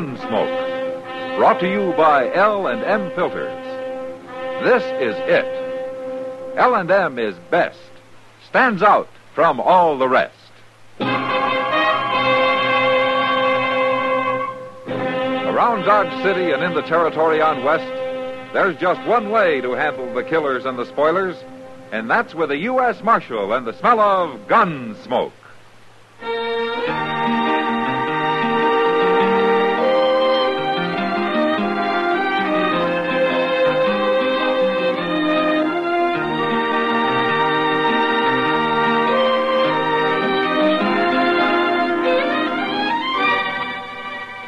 Gunsmoke. Brought to you by L and M Filters. This is it. L and M is best. Stands out from all the rest. Around Dodge City and in the territory on West, there's just one way to handle the killers and the spoilers, and that's with a U.S. Marshal and the smell of gun smoke.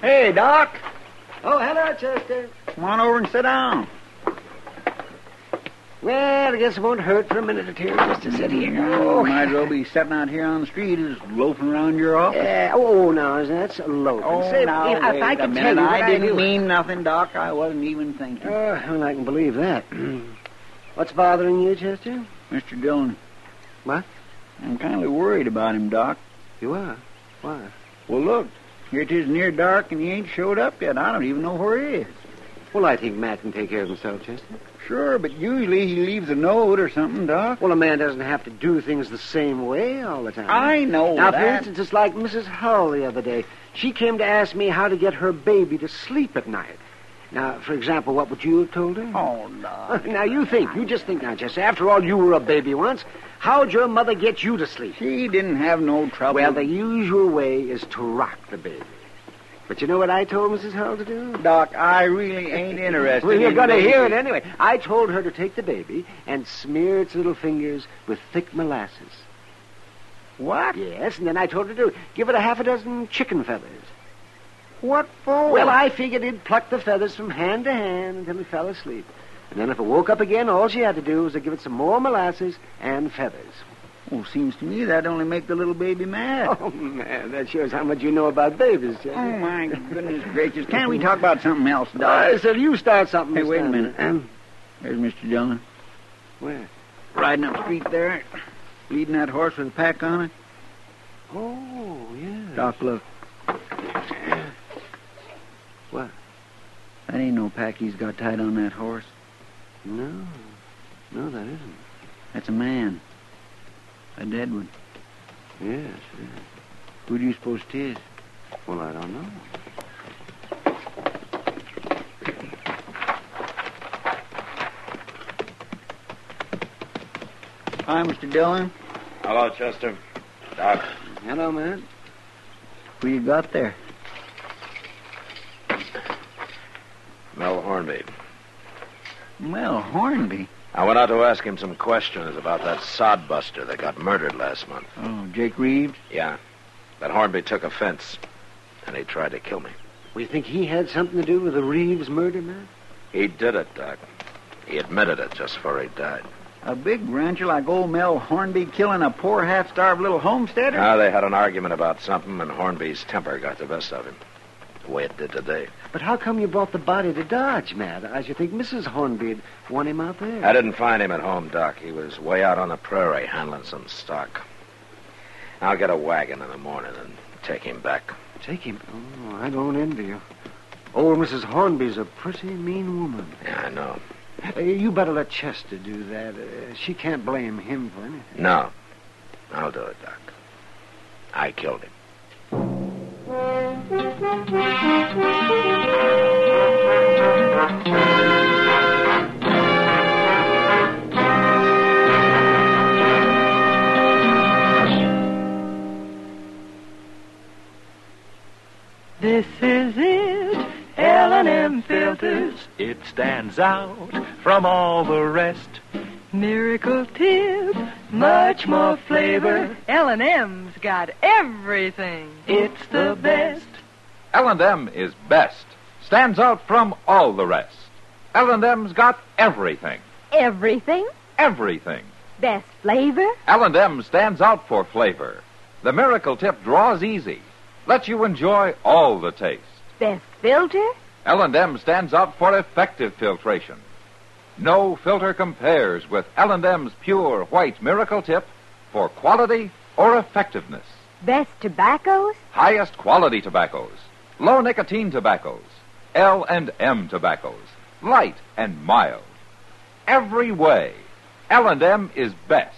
Hey, Doc. Oh, hello, Chester. Come on over and sit down. Well, I guess it won't hurt for a minute or two just to sit here. Oh, Might as well be sitting out here on the street as loafing around your office. Oh, Yeah, oh, no, that's a loaf. Say, if wait I a could minute. tell you what I didn't do- mean nothing, Doc. I wasn't even thinking. Oh, well, I can believe that. What's bothering you, Chester? Mr. Dillon. What? I'm kind of worried about him, Doc. You are. Why? Well, look, here it is near dark, and he ain't showed up yet. I don't even know where he is. Well, I think Matt can take care of himself, Chester. Sure, but usually he leaves a note or something, Doc. Well, a man doesn't have to do things the same way all the time. I know Now, for that. instance, it's like Mrs. Hull the other day. She came to ask me how to get her baby to sleep at night. Now, for example, what would you have told her? Oh, Doc. Now you think, you just think now, Chester. After all, you were a baby once. How'd your mother get you to sleep? She didn't have no trouble. Well, the usual way is to rock the baby. But you know what I told Mrs. Hull to do? Doc, I really ain't interested. Well, you're in going to babies. hear it anyway. I told her to take the baby and smear its little fingers with thick molasses. What? Yes, and then I told her to give it a half a dozen chicken feathers. What for? Well, I figured he'd pluck the feathers from hand to hand until he fell asleep. And then if it woke up again, all she had to do was to give it some more molasses and feathers. Oh, seems to me that'd only make the little baby mad. Oh, man, that shows how much you know about babies, Chester. Oh, my goodness gracious. Can't we talk about something else, I Doc? said, you start something. Hey, Miss wait a Stanley. minute. Um, There's Mr. Dillon. where? Riding up the street there, leading that horse with a pack on it. Oh, yeah. Doc, look. What? That ain't no pack he's got tied on that horse. No. No, that isn't. That's a man. A dead one. Yes, yes. Who do you suppose it is? Well, I don't know. Hi, Mr. Dillon. Hello, Chester. Doc. Hello, Matt. Who you got there? Mel Hornby. Well, Hornby. I went out to ask him some questions about that sodbuster that got murdered last month. Oh, Jake Reeves? Yeah. But Hornby took offense, and he tried to kill me. We think he had something to do with the Reeves murder, Matt? He did it, Doc. He admitted it just before he died. A big rancher like old Mel Hornby killing a poor half-starved little homesteader? Now they had an argument about something, and Hornby's temper got the best of him. The way it did today. But how come you brought the body to Dodge, Matt? I should think Mrs. Hornby'd want him out there. I didn't find him at home, Doc. He was way out on the prairie handling some stock. I'll get a wagon in the morning and take him back. Take him. Oh, I don't envy you. Old Mrs. Hornby's a pretty mean woman. Yeah, I know. Uh, you better let Chester do that. Uh, she can't blame him for anything. No. I'll do it, Doc. I killed him. them filters, it stands out from all the rest. Miracle Tip, much more flavor. L&M's got everything. It's the best. L&M is best. Stands out from all the rest. L&M's got everything. Everything. Everything. Best flavor. L&M stands out for flavor. The Miracle Tip draws easy. Lets you enjoy all the taste. Best filter. L&M stands out for effective filtration. No filter compares with L&M's pure white Miracle Tip for quality or effectiveness. Best tobaccos. Highest quality tobaccos, low nicotine tobaccos, L and M tobaccos, light and mild. Every way, L and M is best.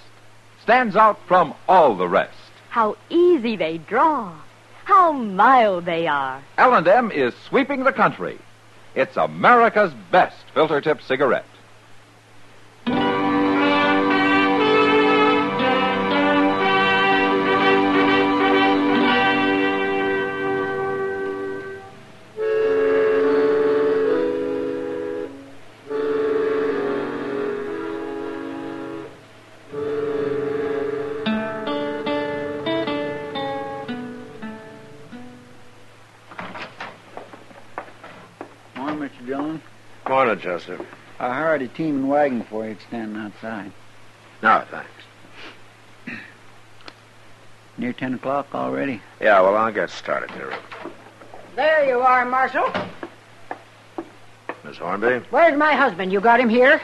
Stands out from all the rest. How easy they draw. How mild they are. L and M is sweeping the country. It's America's best filter tip cigarette. Morning, Mr. Dillon. Morning, Joseph. I hired a team and wagon for you standing outside. No, thanks. Near 10 o'clock already. Yeah, well, I'll get started here. There you are, Marshal. Miss Hornby, Where's my husband? You got him here?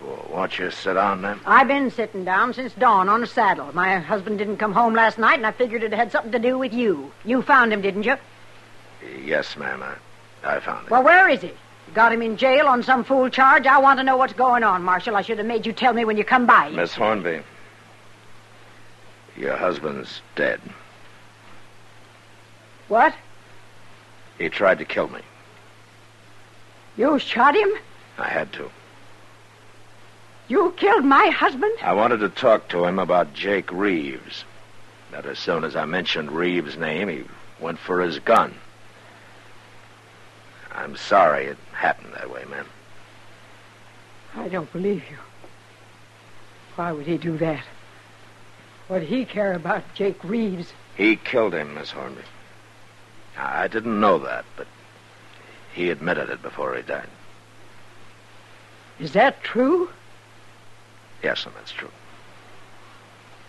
well, won't you sit down then? I've been sitting down since dawn on a saddle. My husband didn't come home last night, and I figured it had something to do with you. You found him, didn't you? Yes, ma'am. I, I found it. Well, where is he? Got him in jail on some fool charge? I want to know what's going on, Marshal. I should have made you tell me when you come by. Miss Hornby, your husband's dead. What? He tried to kill me. You shot him? I had to. You killed my husband? I wanted to talk to him about Jake Reeves. But as soon as I mentioned Reeves' name, he went for his gun. I'm sorry it happened that way, ma'am. I don't believe you. Why would he do that? What'd he care about Jake Reeves? He killed him, Miss Hornby. I I didn't know that, but he admitted it before he died. Is that true? Yes, and that's true.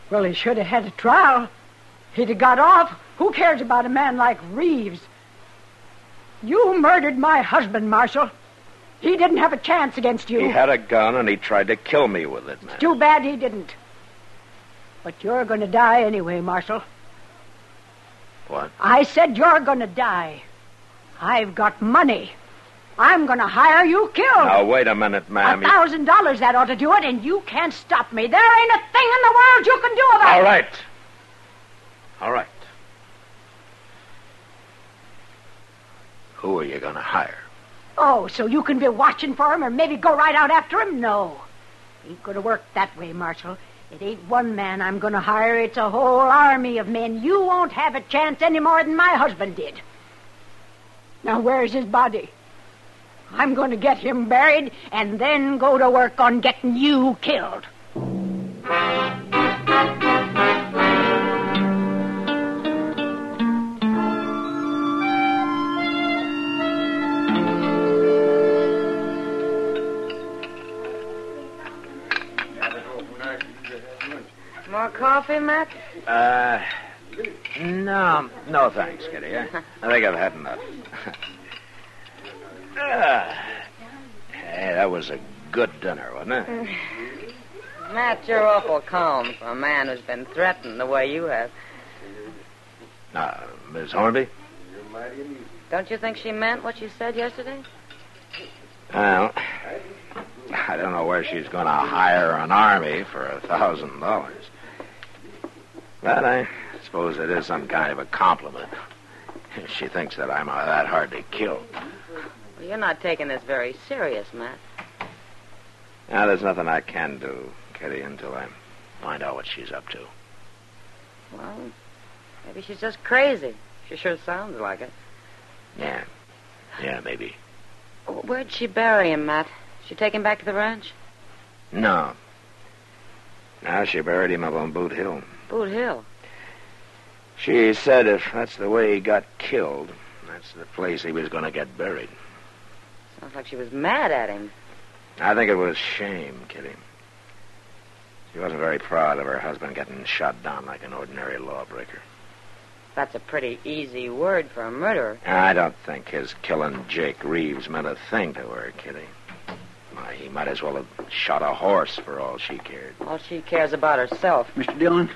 Well, he should have had a trial. He'd have got off. Who cares about a man like Reeves? You murdered my husband, Marshal. He didn't have a chance against you. He had a gun and he tried to kill me with it, ma'am. Too bad he didn't. But you're going to die anyway, Marshal. What? I said you're going to die. I've got money. I'm going to hire you killed. Now, wait a minute, A ma'am. You- thousand dollars that ought to do it, and you can't stop me. There ain't a thing in the world you can do about All it. right. All right. Who are you going to hire? Oh, so you can be watching for him or maybe go right out after him? No. Ain't gonna work that way, Marshal. It ain't one man I'm gonna hire, it's a whole army of men. You won't have a chance any more than my husband did. Now, where's his body? I'm gonna get him buried and then go to work on getting you killed. More coffee, Mac? Uh, no, no thanks, Kitty. I, I think I've had enough. Ah. hey, that was a good dinner, wasn't it? Matt, you're awful calm for a man who's been threatened the way you have. Now, Miss Hornby? Don't you think she meant what she said yesterday? Well, I don't know where she's going to hire an army for a thousand dollars. But I suppose it is some kind of a compliment. She thinks that I'm uh, that hard to kill. Well, you're not taking this very serious, Matt. Now, there's nothing I can do, Kitty, until I find out what she's up to. Well, maybe she's just crazy. She sure sounds like it. Yeah. Yeah, maybe. Where'd she bury him, Matt? She take him back to the ranch? No. Now she buried him up on Boot Hill. Boot Hill. She said if that's the way he got killed, that's the place he was going to get buried. Sounds like she was mad at him. I think it was shame, Kitty. She wasn't very proud of her husband getting shot down like an ordinary lawbreaker. That's a pretty easy word for a murderer. I don't think his killing Jake Reeves meant a thing to her, Kitty. Why, he might as well have shot a horse for all she cared. All she cares about herself. Mr. Dillon?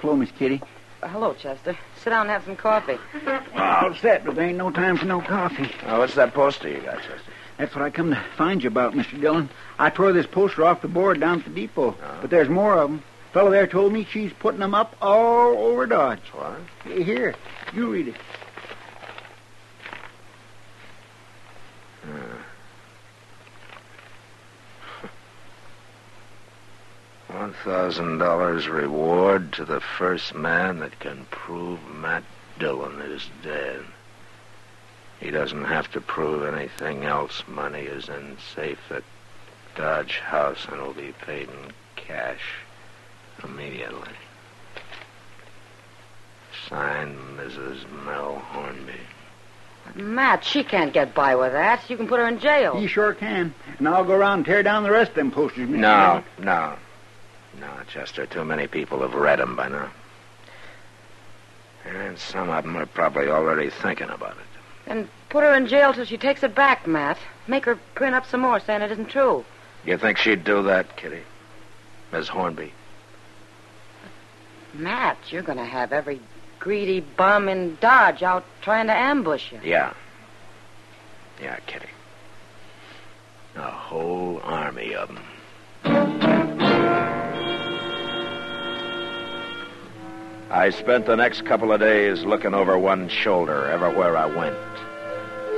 Hello, Miss Kitty. Uh, hello, Chester. Sit down and have some coffee. All set, but there ain't no time for no coffee. Now, what's that poster you got, Chester? That's what I come to find you about, Mr. Dillon. I tore this poster off the board down at the depot, but there's more of 'em. Fellow there told me she's putting 'em up all over Dodge. What? Here, you read it. $1,000 reward to the first man that can prove Matt Dillon is dead. He doesn't have to prove anything else. Money is in safe at Dodge House and will be paid in cash immediately. Signed, Mrs. Mel Hornby. Matt, she can't get by with that. You can put her in jail. You sure can. And I'll go around and tear down the rest of them posters, Mr. No, no. No, Chester, too many people have read 'em by now. And some of 'em are probably already thinking about it. And put her in jail till she takes it back, Matt. Make her print up some more saying it isn't true. You think she'd do that, Kitty? Miss Hornby? Matt, you're going to have every greedy bum in Dodge out trying to ambush you. Yeah. Yeah, Kitty. A whole army of 'em. I spent the next couple of days looking over one shoulder everywhere I went,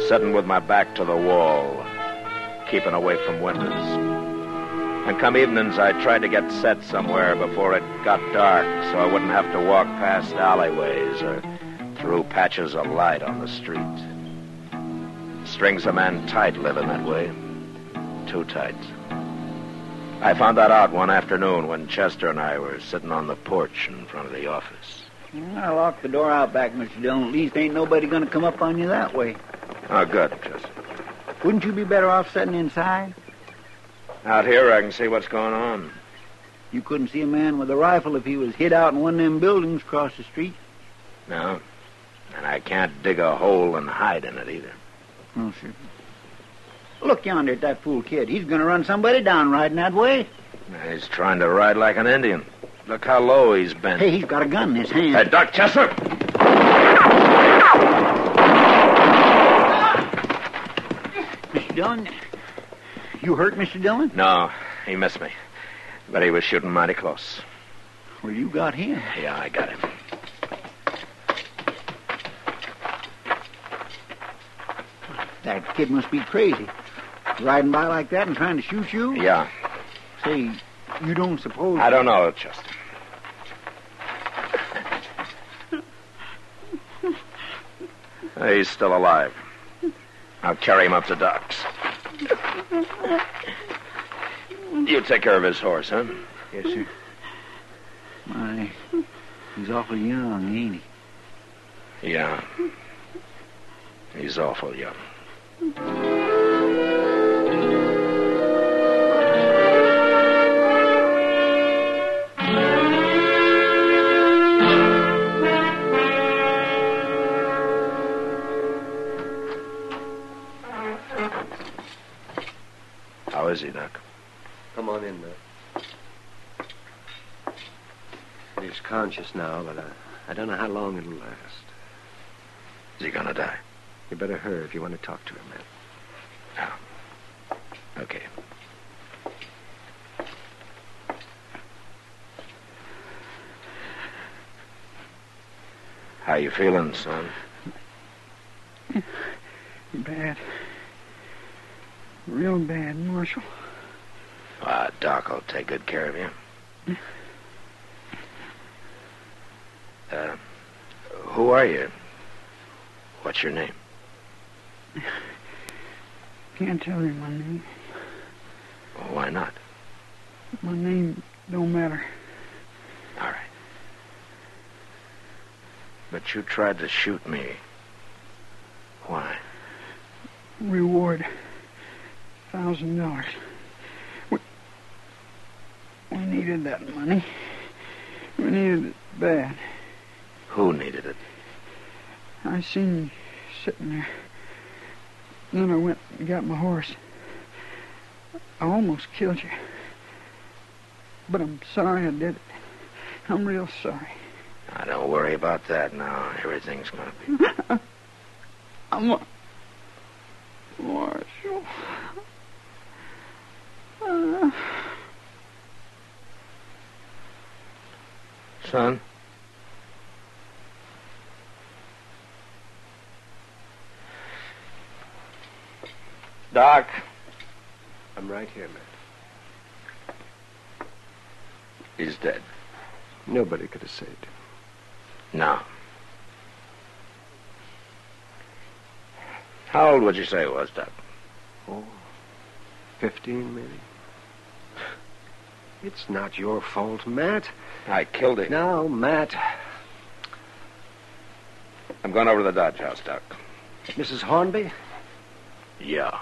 sitting with my back to the wall, keeping away from windows. And come evenings, I tried to get set somewhere before it got dark so I wouldn't have to walk past alleyways or through patches of light on the street. Strings a man tight living that way. Too tight. I found that out one afternoon when Chester and I were sitting on the porch in front of the office. I locked the door out back, Mr. Dillon. At least ain't nobody going to come up on you that way. Oh, good, Chester. Wouldn't you be better off sitting inside? Out here, I can see what's going on. You couldn't see a man with a rifle if he was hid out in one of them buildings across the street. No. And I can't dig a hole and hide in it either. Oh, sure. Look yonder at that fool kid. He's going to run somebody down riding that way. He's trying to ride like an Indian. Look how low he's bent. Hey, he's got a gun in his hand. Hey, Doc Chester! Mr. Dillon, you hurt Mr. Dillon? No, he missed me. But he was shooting mighty close. Well, you got him. Yeah, I got him. That kid must be crazy. Riding by like that and trying to shoot you? Yeah. Say, you don't suppose... I don't know, Chester. He's still alive. I'll carry him up to Doc's. You take care of his horse, huh? Yes, sir. My, he's awful young, ain't he? Yeah. He's awful young. How is he, Doc? Come on in, Matt. He's conscious now, but uh, I don't know how long it'll last. Is he gonna die? You better hurry if you want to talk to him, Matt. Okay. How you feeling, son? Bad. Real bad, Marshal. Ah, Doc will take good care of you. Uh, who are you? What's your name? Can't tell you my name. Why not? My name don't matter. All right. But you tried to shoot me. Why? Reward. Thousand dollars. We we needed that money. We needed it bad. Who needed it? I seen you sitting there. Then I went and got my horse. I almost killed you. But I'm sorry I did it. I'm real sorry. Now, don't worry about that now. Everything's gonna be. I'm a Marshal. Uh, Son? Doc. I'm right here, Matt. He's dead. Nobody could have saved him. No. How old would you say he was, Doc? Oh, 15, maybe? It's not your fault, Matt. I killed him. Now, Matt, I'm going over to the Dodge house, Doc. Mrs. Hornby? Yeah.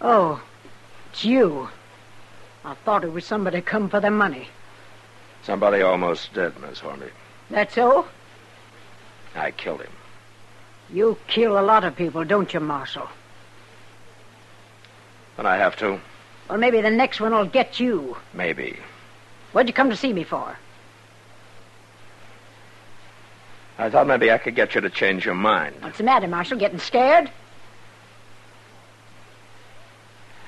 Oh, it's you. I thought it was somebody come for the money. Somebody almost dead, Miss Hornby. That's all? I killed him. You kill a lot of people, don't you, Marshal? But I have to. Well, maybe the next one will get you. Maybe. What'd you come to see me for? I thought maybe I could get you to change your mind. What's the matter, Marshal? Getting scared?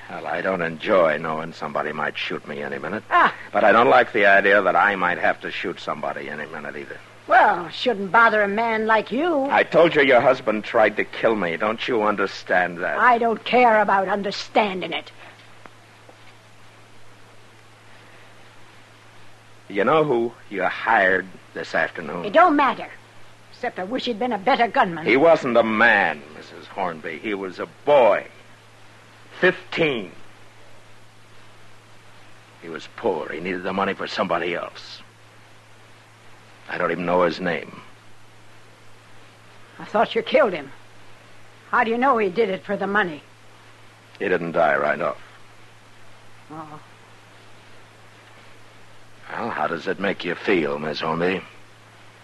Well, I don't enjoy knowing somebody might shoot me any minute. Ah. But I don't like the idea that I might have to shoot somebody any minute either. Well, shouldn't bother a man like you. I told you your husband tried to kill me. Don't you understand that? I don't care about understanding it. You know who you hired this afternoon? It don't matter. Except I wish he'd been a better gunman. He wasn't a man, Mrs. Hornby. He was a boy. Fifteen. He was poor. He needed the money for somebody else. I don't even know his name. I thought you killed him. How do you know he did it for the money? He didn't die right off. Oh, Well, how does it make you feel, Miss Hornby?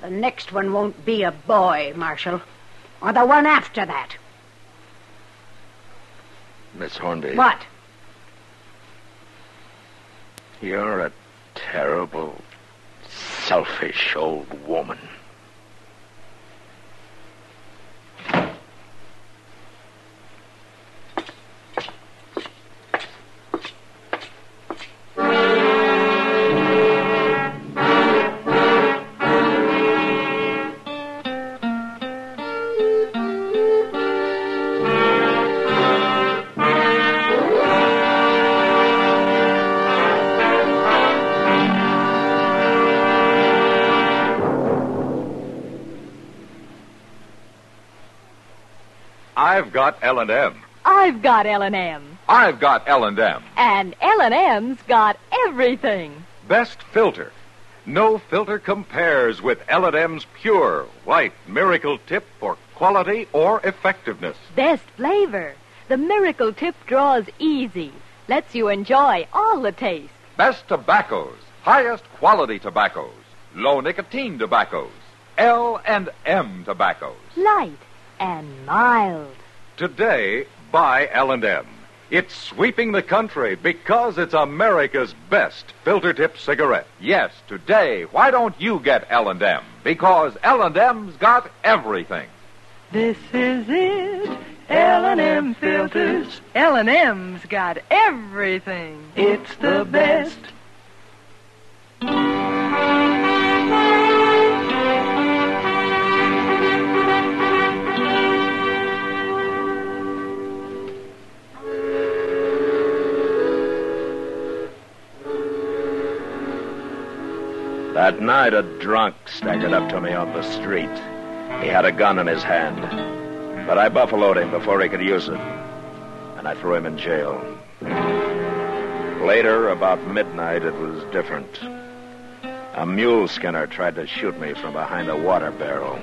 the next one won't be a boy, Marshal. Or the one after that. Miss Hornby. What? You're a terrible, selfish old woman. I've got L&M. I've got L&M. I've got L&M. And L&M's got everything. Best filter. No filter compares with L&M's pure white miracle tip for quality or effectiveness. Best flavor. The miracle tip draws easy. Lets you enjoy all the taste. Best tobaccos, highest quality tobaccos, low nicotine tobaccos, L and M tobaccos. Light and mild. Today, buy L&M. It's sweeping the country because it's America's best filter tip cigarette. Yes, today, why don't you get L&M? Because L&M's got everything. This is it, L&M filters. L&M's got everything. It's the best. That night, a drunk staggered up to me on the street. He had a gun in his hand, but I buffaloed him before he could use it, and I threw him in jail. Later, about midnight, it was different. A mule skinner tried to shoot me from behind a water barrel.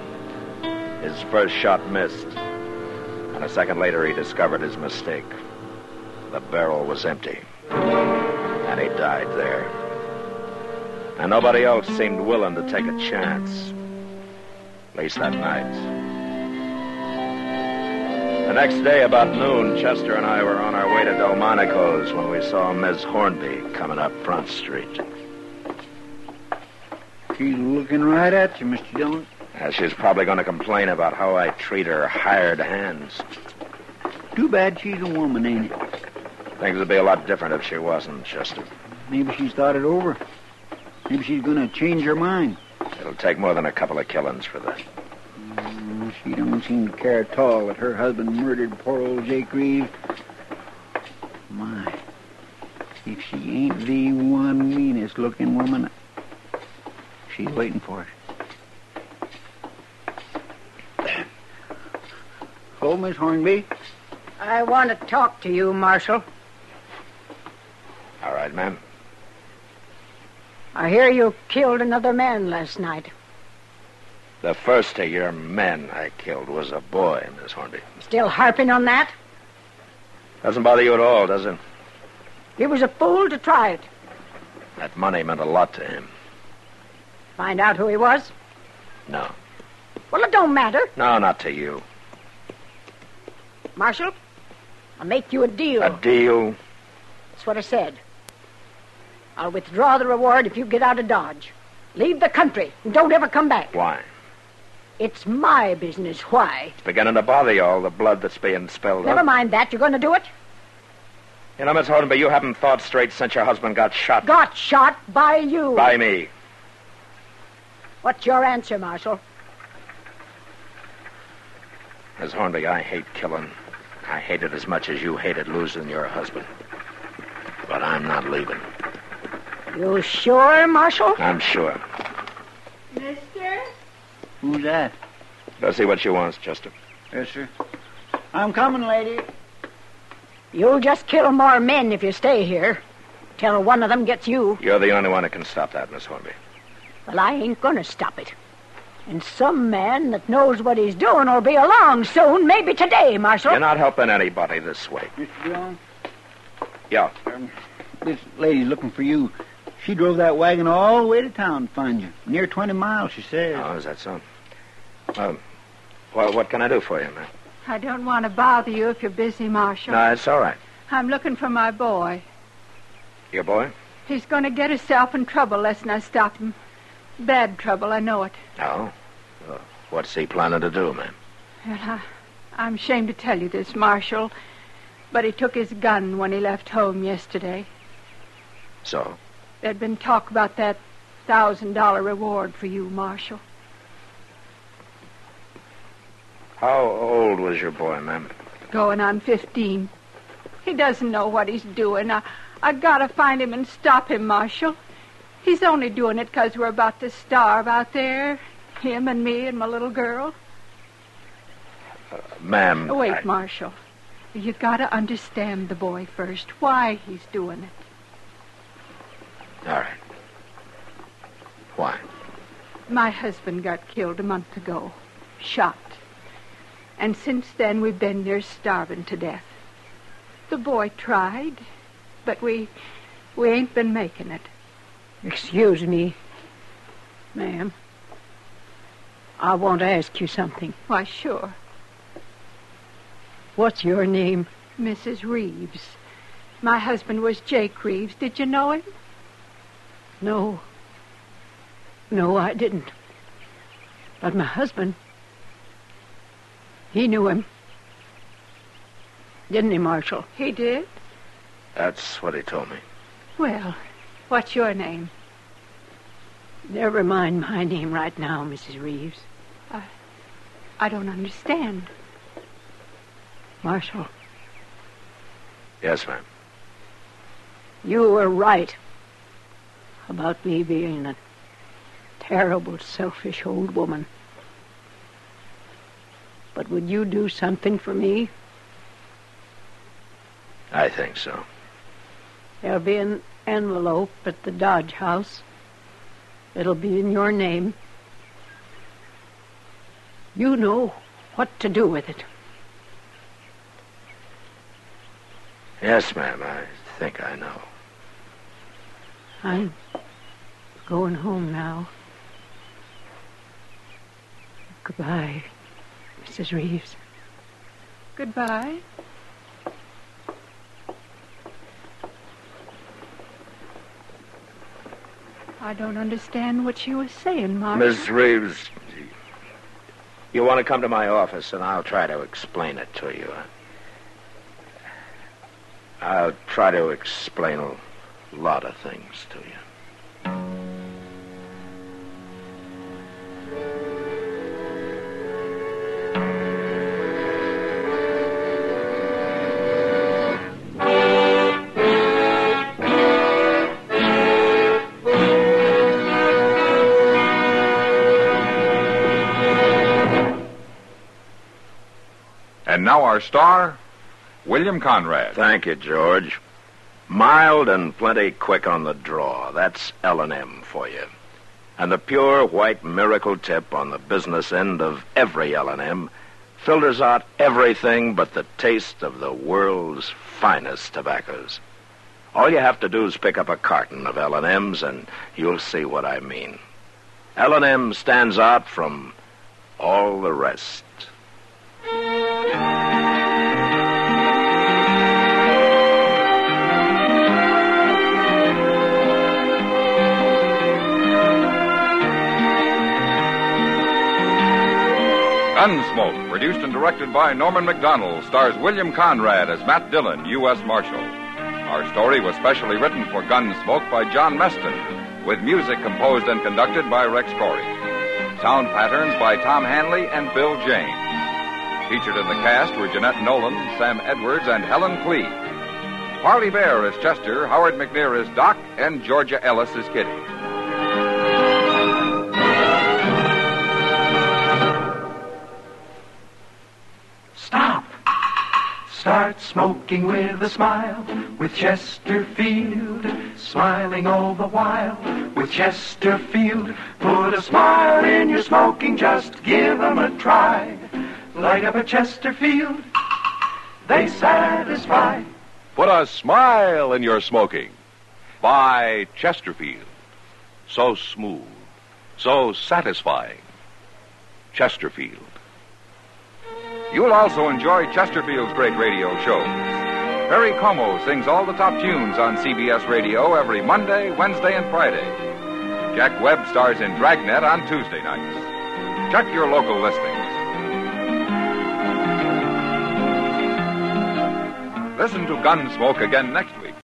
His first shot missed, and a second later, he discovered his mistake. The barrel was empty, and he died there and nobody else seemed willing to take a chance. At least that night. The next day, about noon, Chester and I were on our way to Delmonico's when we saw Miss Hornby coming up Front Street. She's looking right at you, Mr. Dillon. Now, she's probably going to complain about how I treat her hired hands. Too bad she's a woman, ain't it? Things would be a lot different if she wasn't, Chester. Maybe she's thought it over. Maybe she's going to change her mind. It'll take more than a couple of killings for that. Mm, She don't seem to care at all that her husband murdered poor old Jake Reeves. My, if she ain't the one meanest looking woman, she's waiting for us. Hello, Oh, Miss Hornby. I want to talk to you, Marshal. All right, ma'am. I hear you killed another man last night. The first of your men I killed was a boy, Miss Hornby. Still harping on that? Doesn't bother you at all, does it? He was a fool to try it. That money meant a lot to him. Find out who he was? No. Well, it don't matter. No, not to you. Marshal, I'll make you a deal. A deal. That's what I said. I'll withdraw the reward if you get out of Dodge. Leave the country and don't ever come back. Why? It's my business. Why? It's beginning to bother you all the blood that's being spilled. Never out. mind that. You're going to do it? You know, Miss Hornby, you haven't thought straight since your husband got shot Got shot by you. by me. What's your answer, Marshal? Miss Hornby, I hate killing. I hate it as much as you hated losing your husband. But I'm not leaving. You sure, Marshal? I'm sure. Mister? Who's that? Go see what she wants, Chester. Yes, sir. I'm coming, lady. You'll just kill more men if you stay here. Till one of them gets you. You're the only one who can stop that, Miss Hornby. Well, I ain't going to stop it. And some man that knows what he's doing will be along soon, maybe today, Marshal. You're not helping anybody this way. Mr. Dillon, Yeah. Um, this lady's looking for you. She drove that wagon all the way to town to find you. Near 20 miles, she says. Oh, is that so? Um, well, what can I do for you, ma'am? I don't want to bother you if you're busy, Marshal. No, it's all right. I'm looking for my boy. Your boy? He's going to get himself in trouble lest I stop him. Bad trouble, I know it. No. Uh, what's he planning to do, ma'am? Well, I, I'm ashamed to tell you this, Marshal, but he took his gun when he left home yesterday. So? There'd been talk about that thousand dollar reward for you, Marshal. How old was your boy, ma'am? Going on fifteen. He doesn't know what he's doing. I, I gotta find him and stop him, Marshal. He's only doing it 'cause we're about to starve out there. Him and me and my little girl. Ma'am. Oh, Wait, I- Marshal. You gotta understand the boy first, why he's doing it. All right. Why? My husband got killed a month ago, shot. And since then, we've been near starving to death. The boy tried, but we we ain't been making it. Excuse me, ma'am. I want to ask you something. Why, sure, What's your name? Mrs. Reeves. My husband was Jake Reeves. Did you know him? No. No, I didn't. But my husband, he knew him. didn't he, Marshal? He did? That's what he told me. Well, what's your name? Never mind my name right now, Mrs. Reeves. I don't understand. Marshal, Yes, ma'am. you were right about me being a terrible, selfish old woman. But would you do something for me? I think so. There'll be an envelope at the Dodge House. It'll be in your name. You know what to do with it. Yes, ma'am. I think I know. I'm going home now. Goodbye, Mrs. Reeves. Goodbye. I don't understand what she was saying, Marshal. Miss Reeves, you want to come to my office, and I'll try to explain it to you. I'll try to explain a lot of things to you. And now our star, William Conrad. Thank you, George. Mild and plenty quick on the draw. That's L&M for you. And the pure white miracle tip on the business end of every L&M filters out everything but the taste of the world's finest tobaccos. All you have to do is pick up a carton of L&Ms and you'll see what I mean. L&M stands out from all the rest. Gunsmoke, produced and directed by Norman McDonald, stars William Conrad as Matt Dillon, U.S. Marshal. Our story was specially written for Gunsmoke by John Meston, with music composed and conducted by Rex Corey. Sound patterns by Tom Hanley and Bill James. Featured in the cast were Jeanette Nolan, Sam Edwards, and Helen Clee. Harley Bear is Chester, Howard McNear is Doc, and Georgia Ellis is Kitty. Stop! Start smoking with a smile, with Chesterfield, smiling all the while, with Chesterfield. Put a smile in your smoking, just give 'em a try. Light up a Chesterfield, they satisfy. Put a smile in your smoking. By Chesterfield. So smooth, so satisfying. Chesterfield. You'll also enjoy Chesterfield's great radio shows. Harry Como sings all the top tunes on CBS Radio every Monday, Wednesday, and Friday. Jack Webb stars in Dragnet on Tuesday nights. Check your local listings. Listen to Gunsmoke again next week.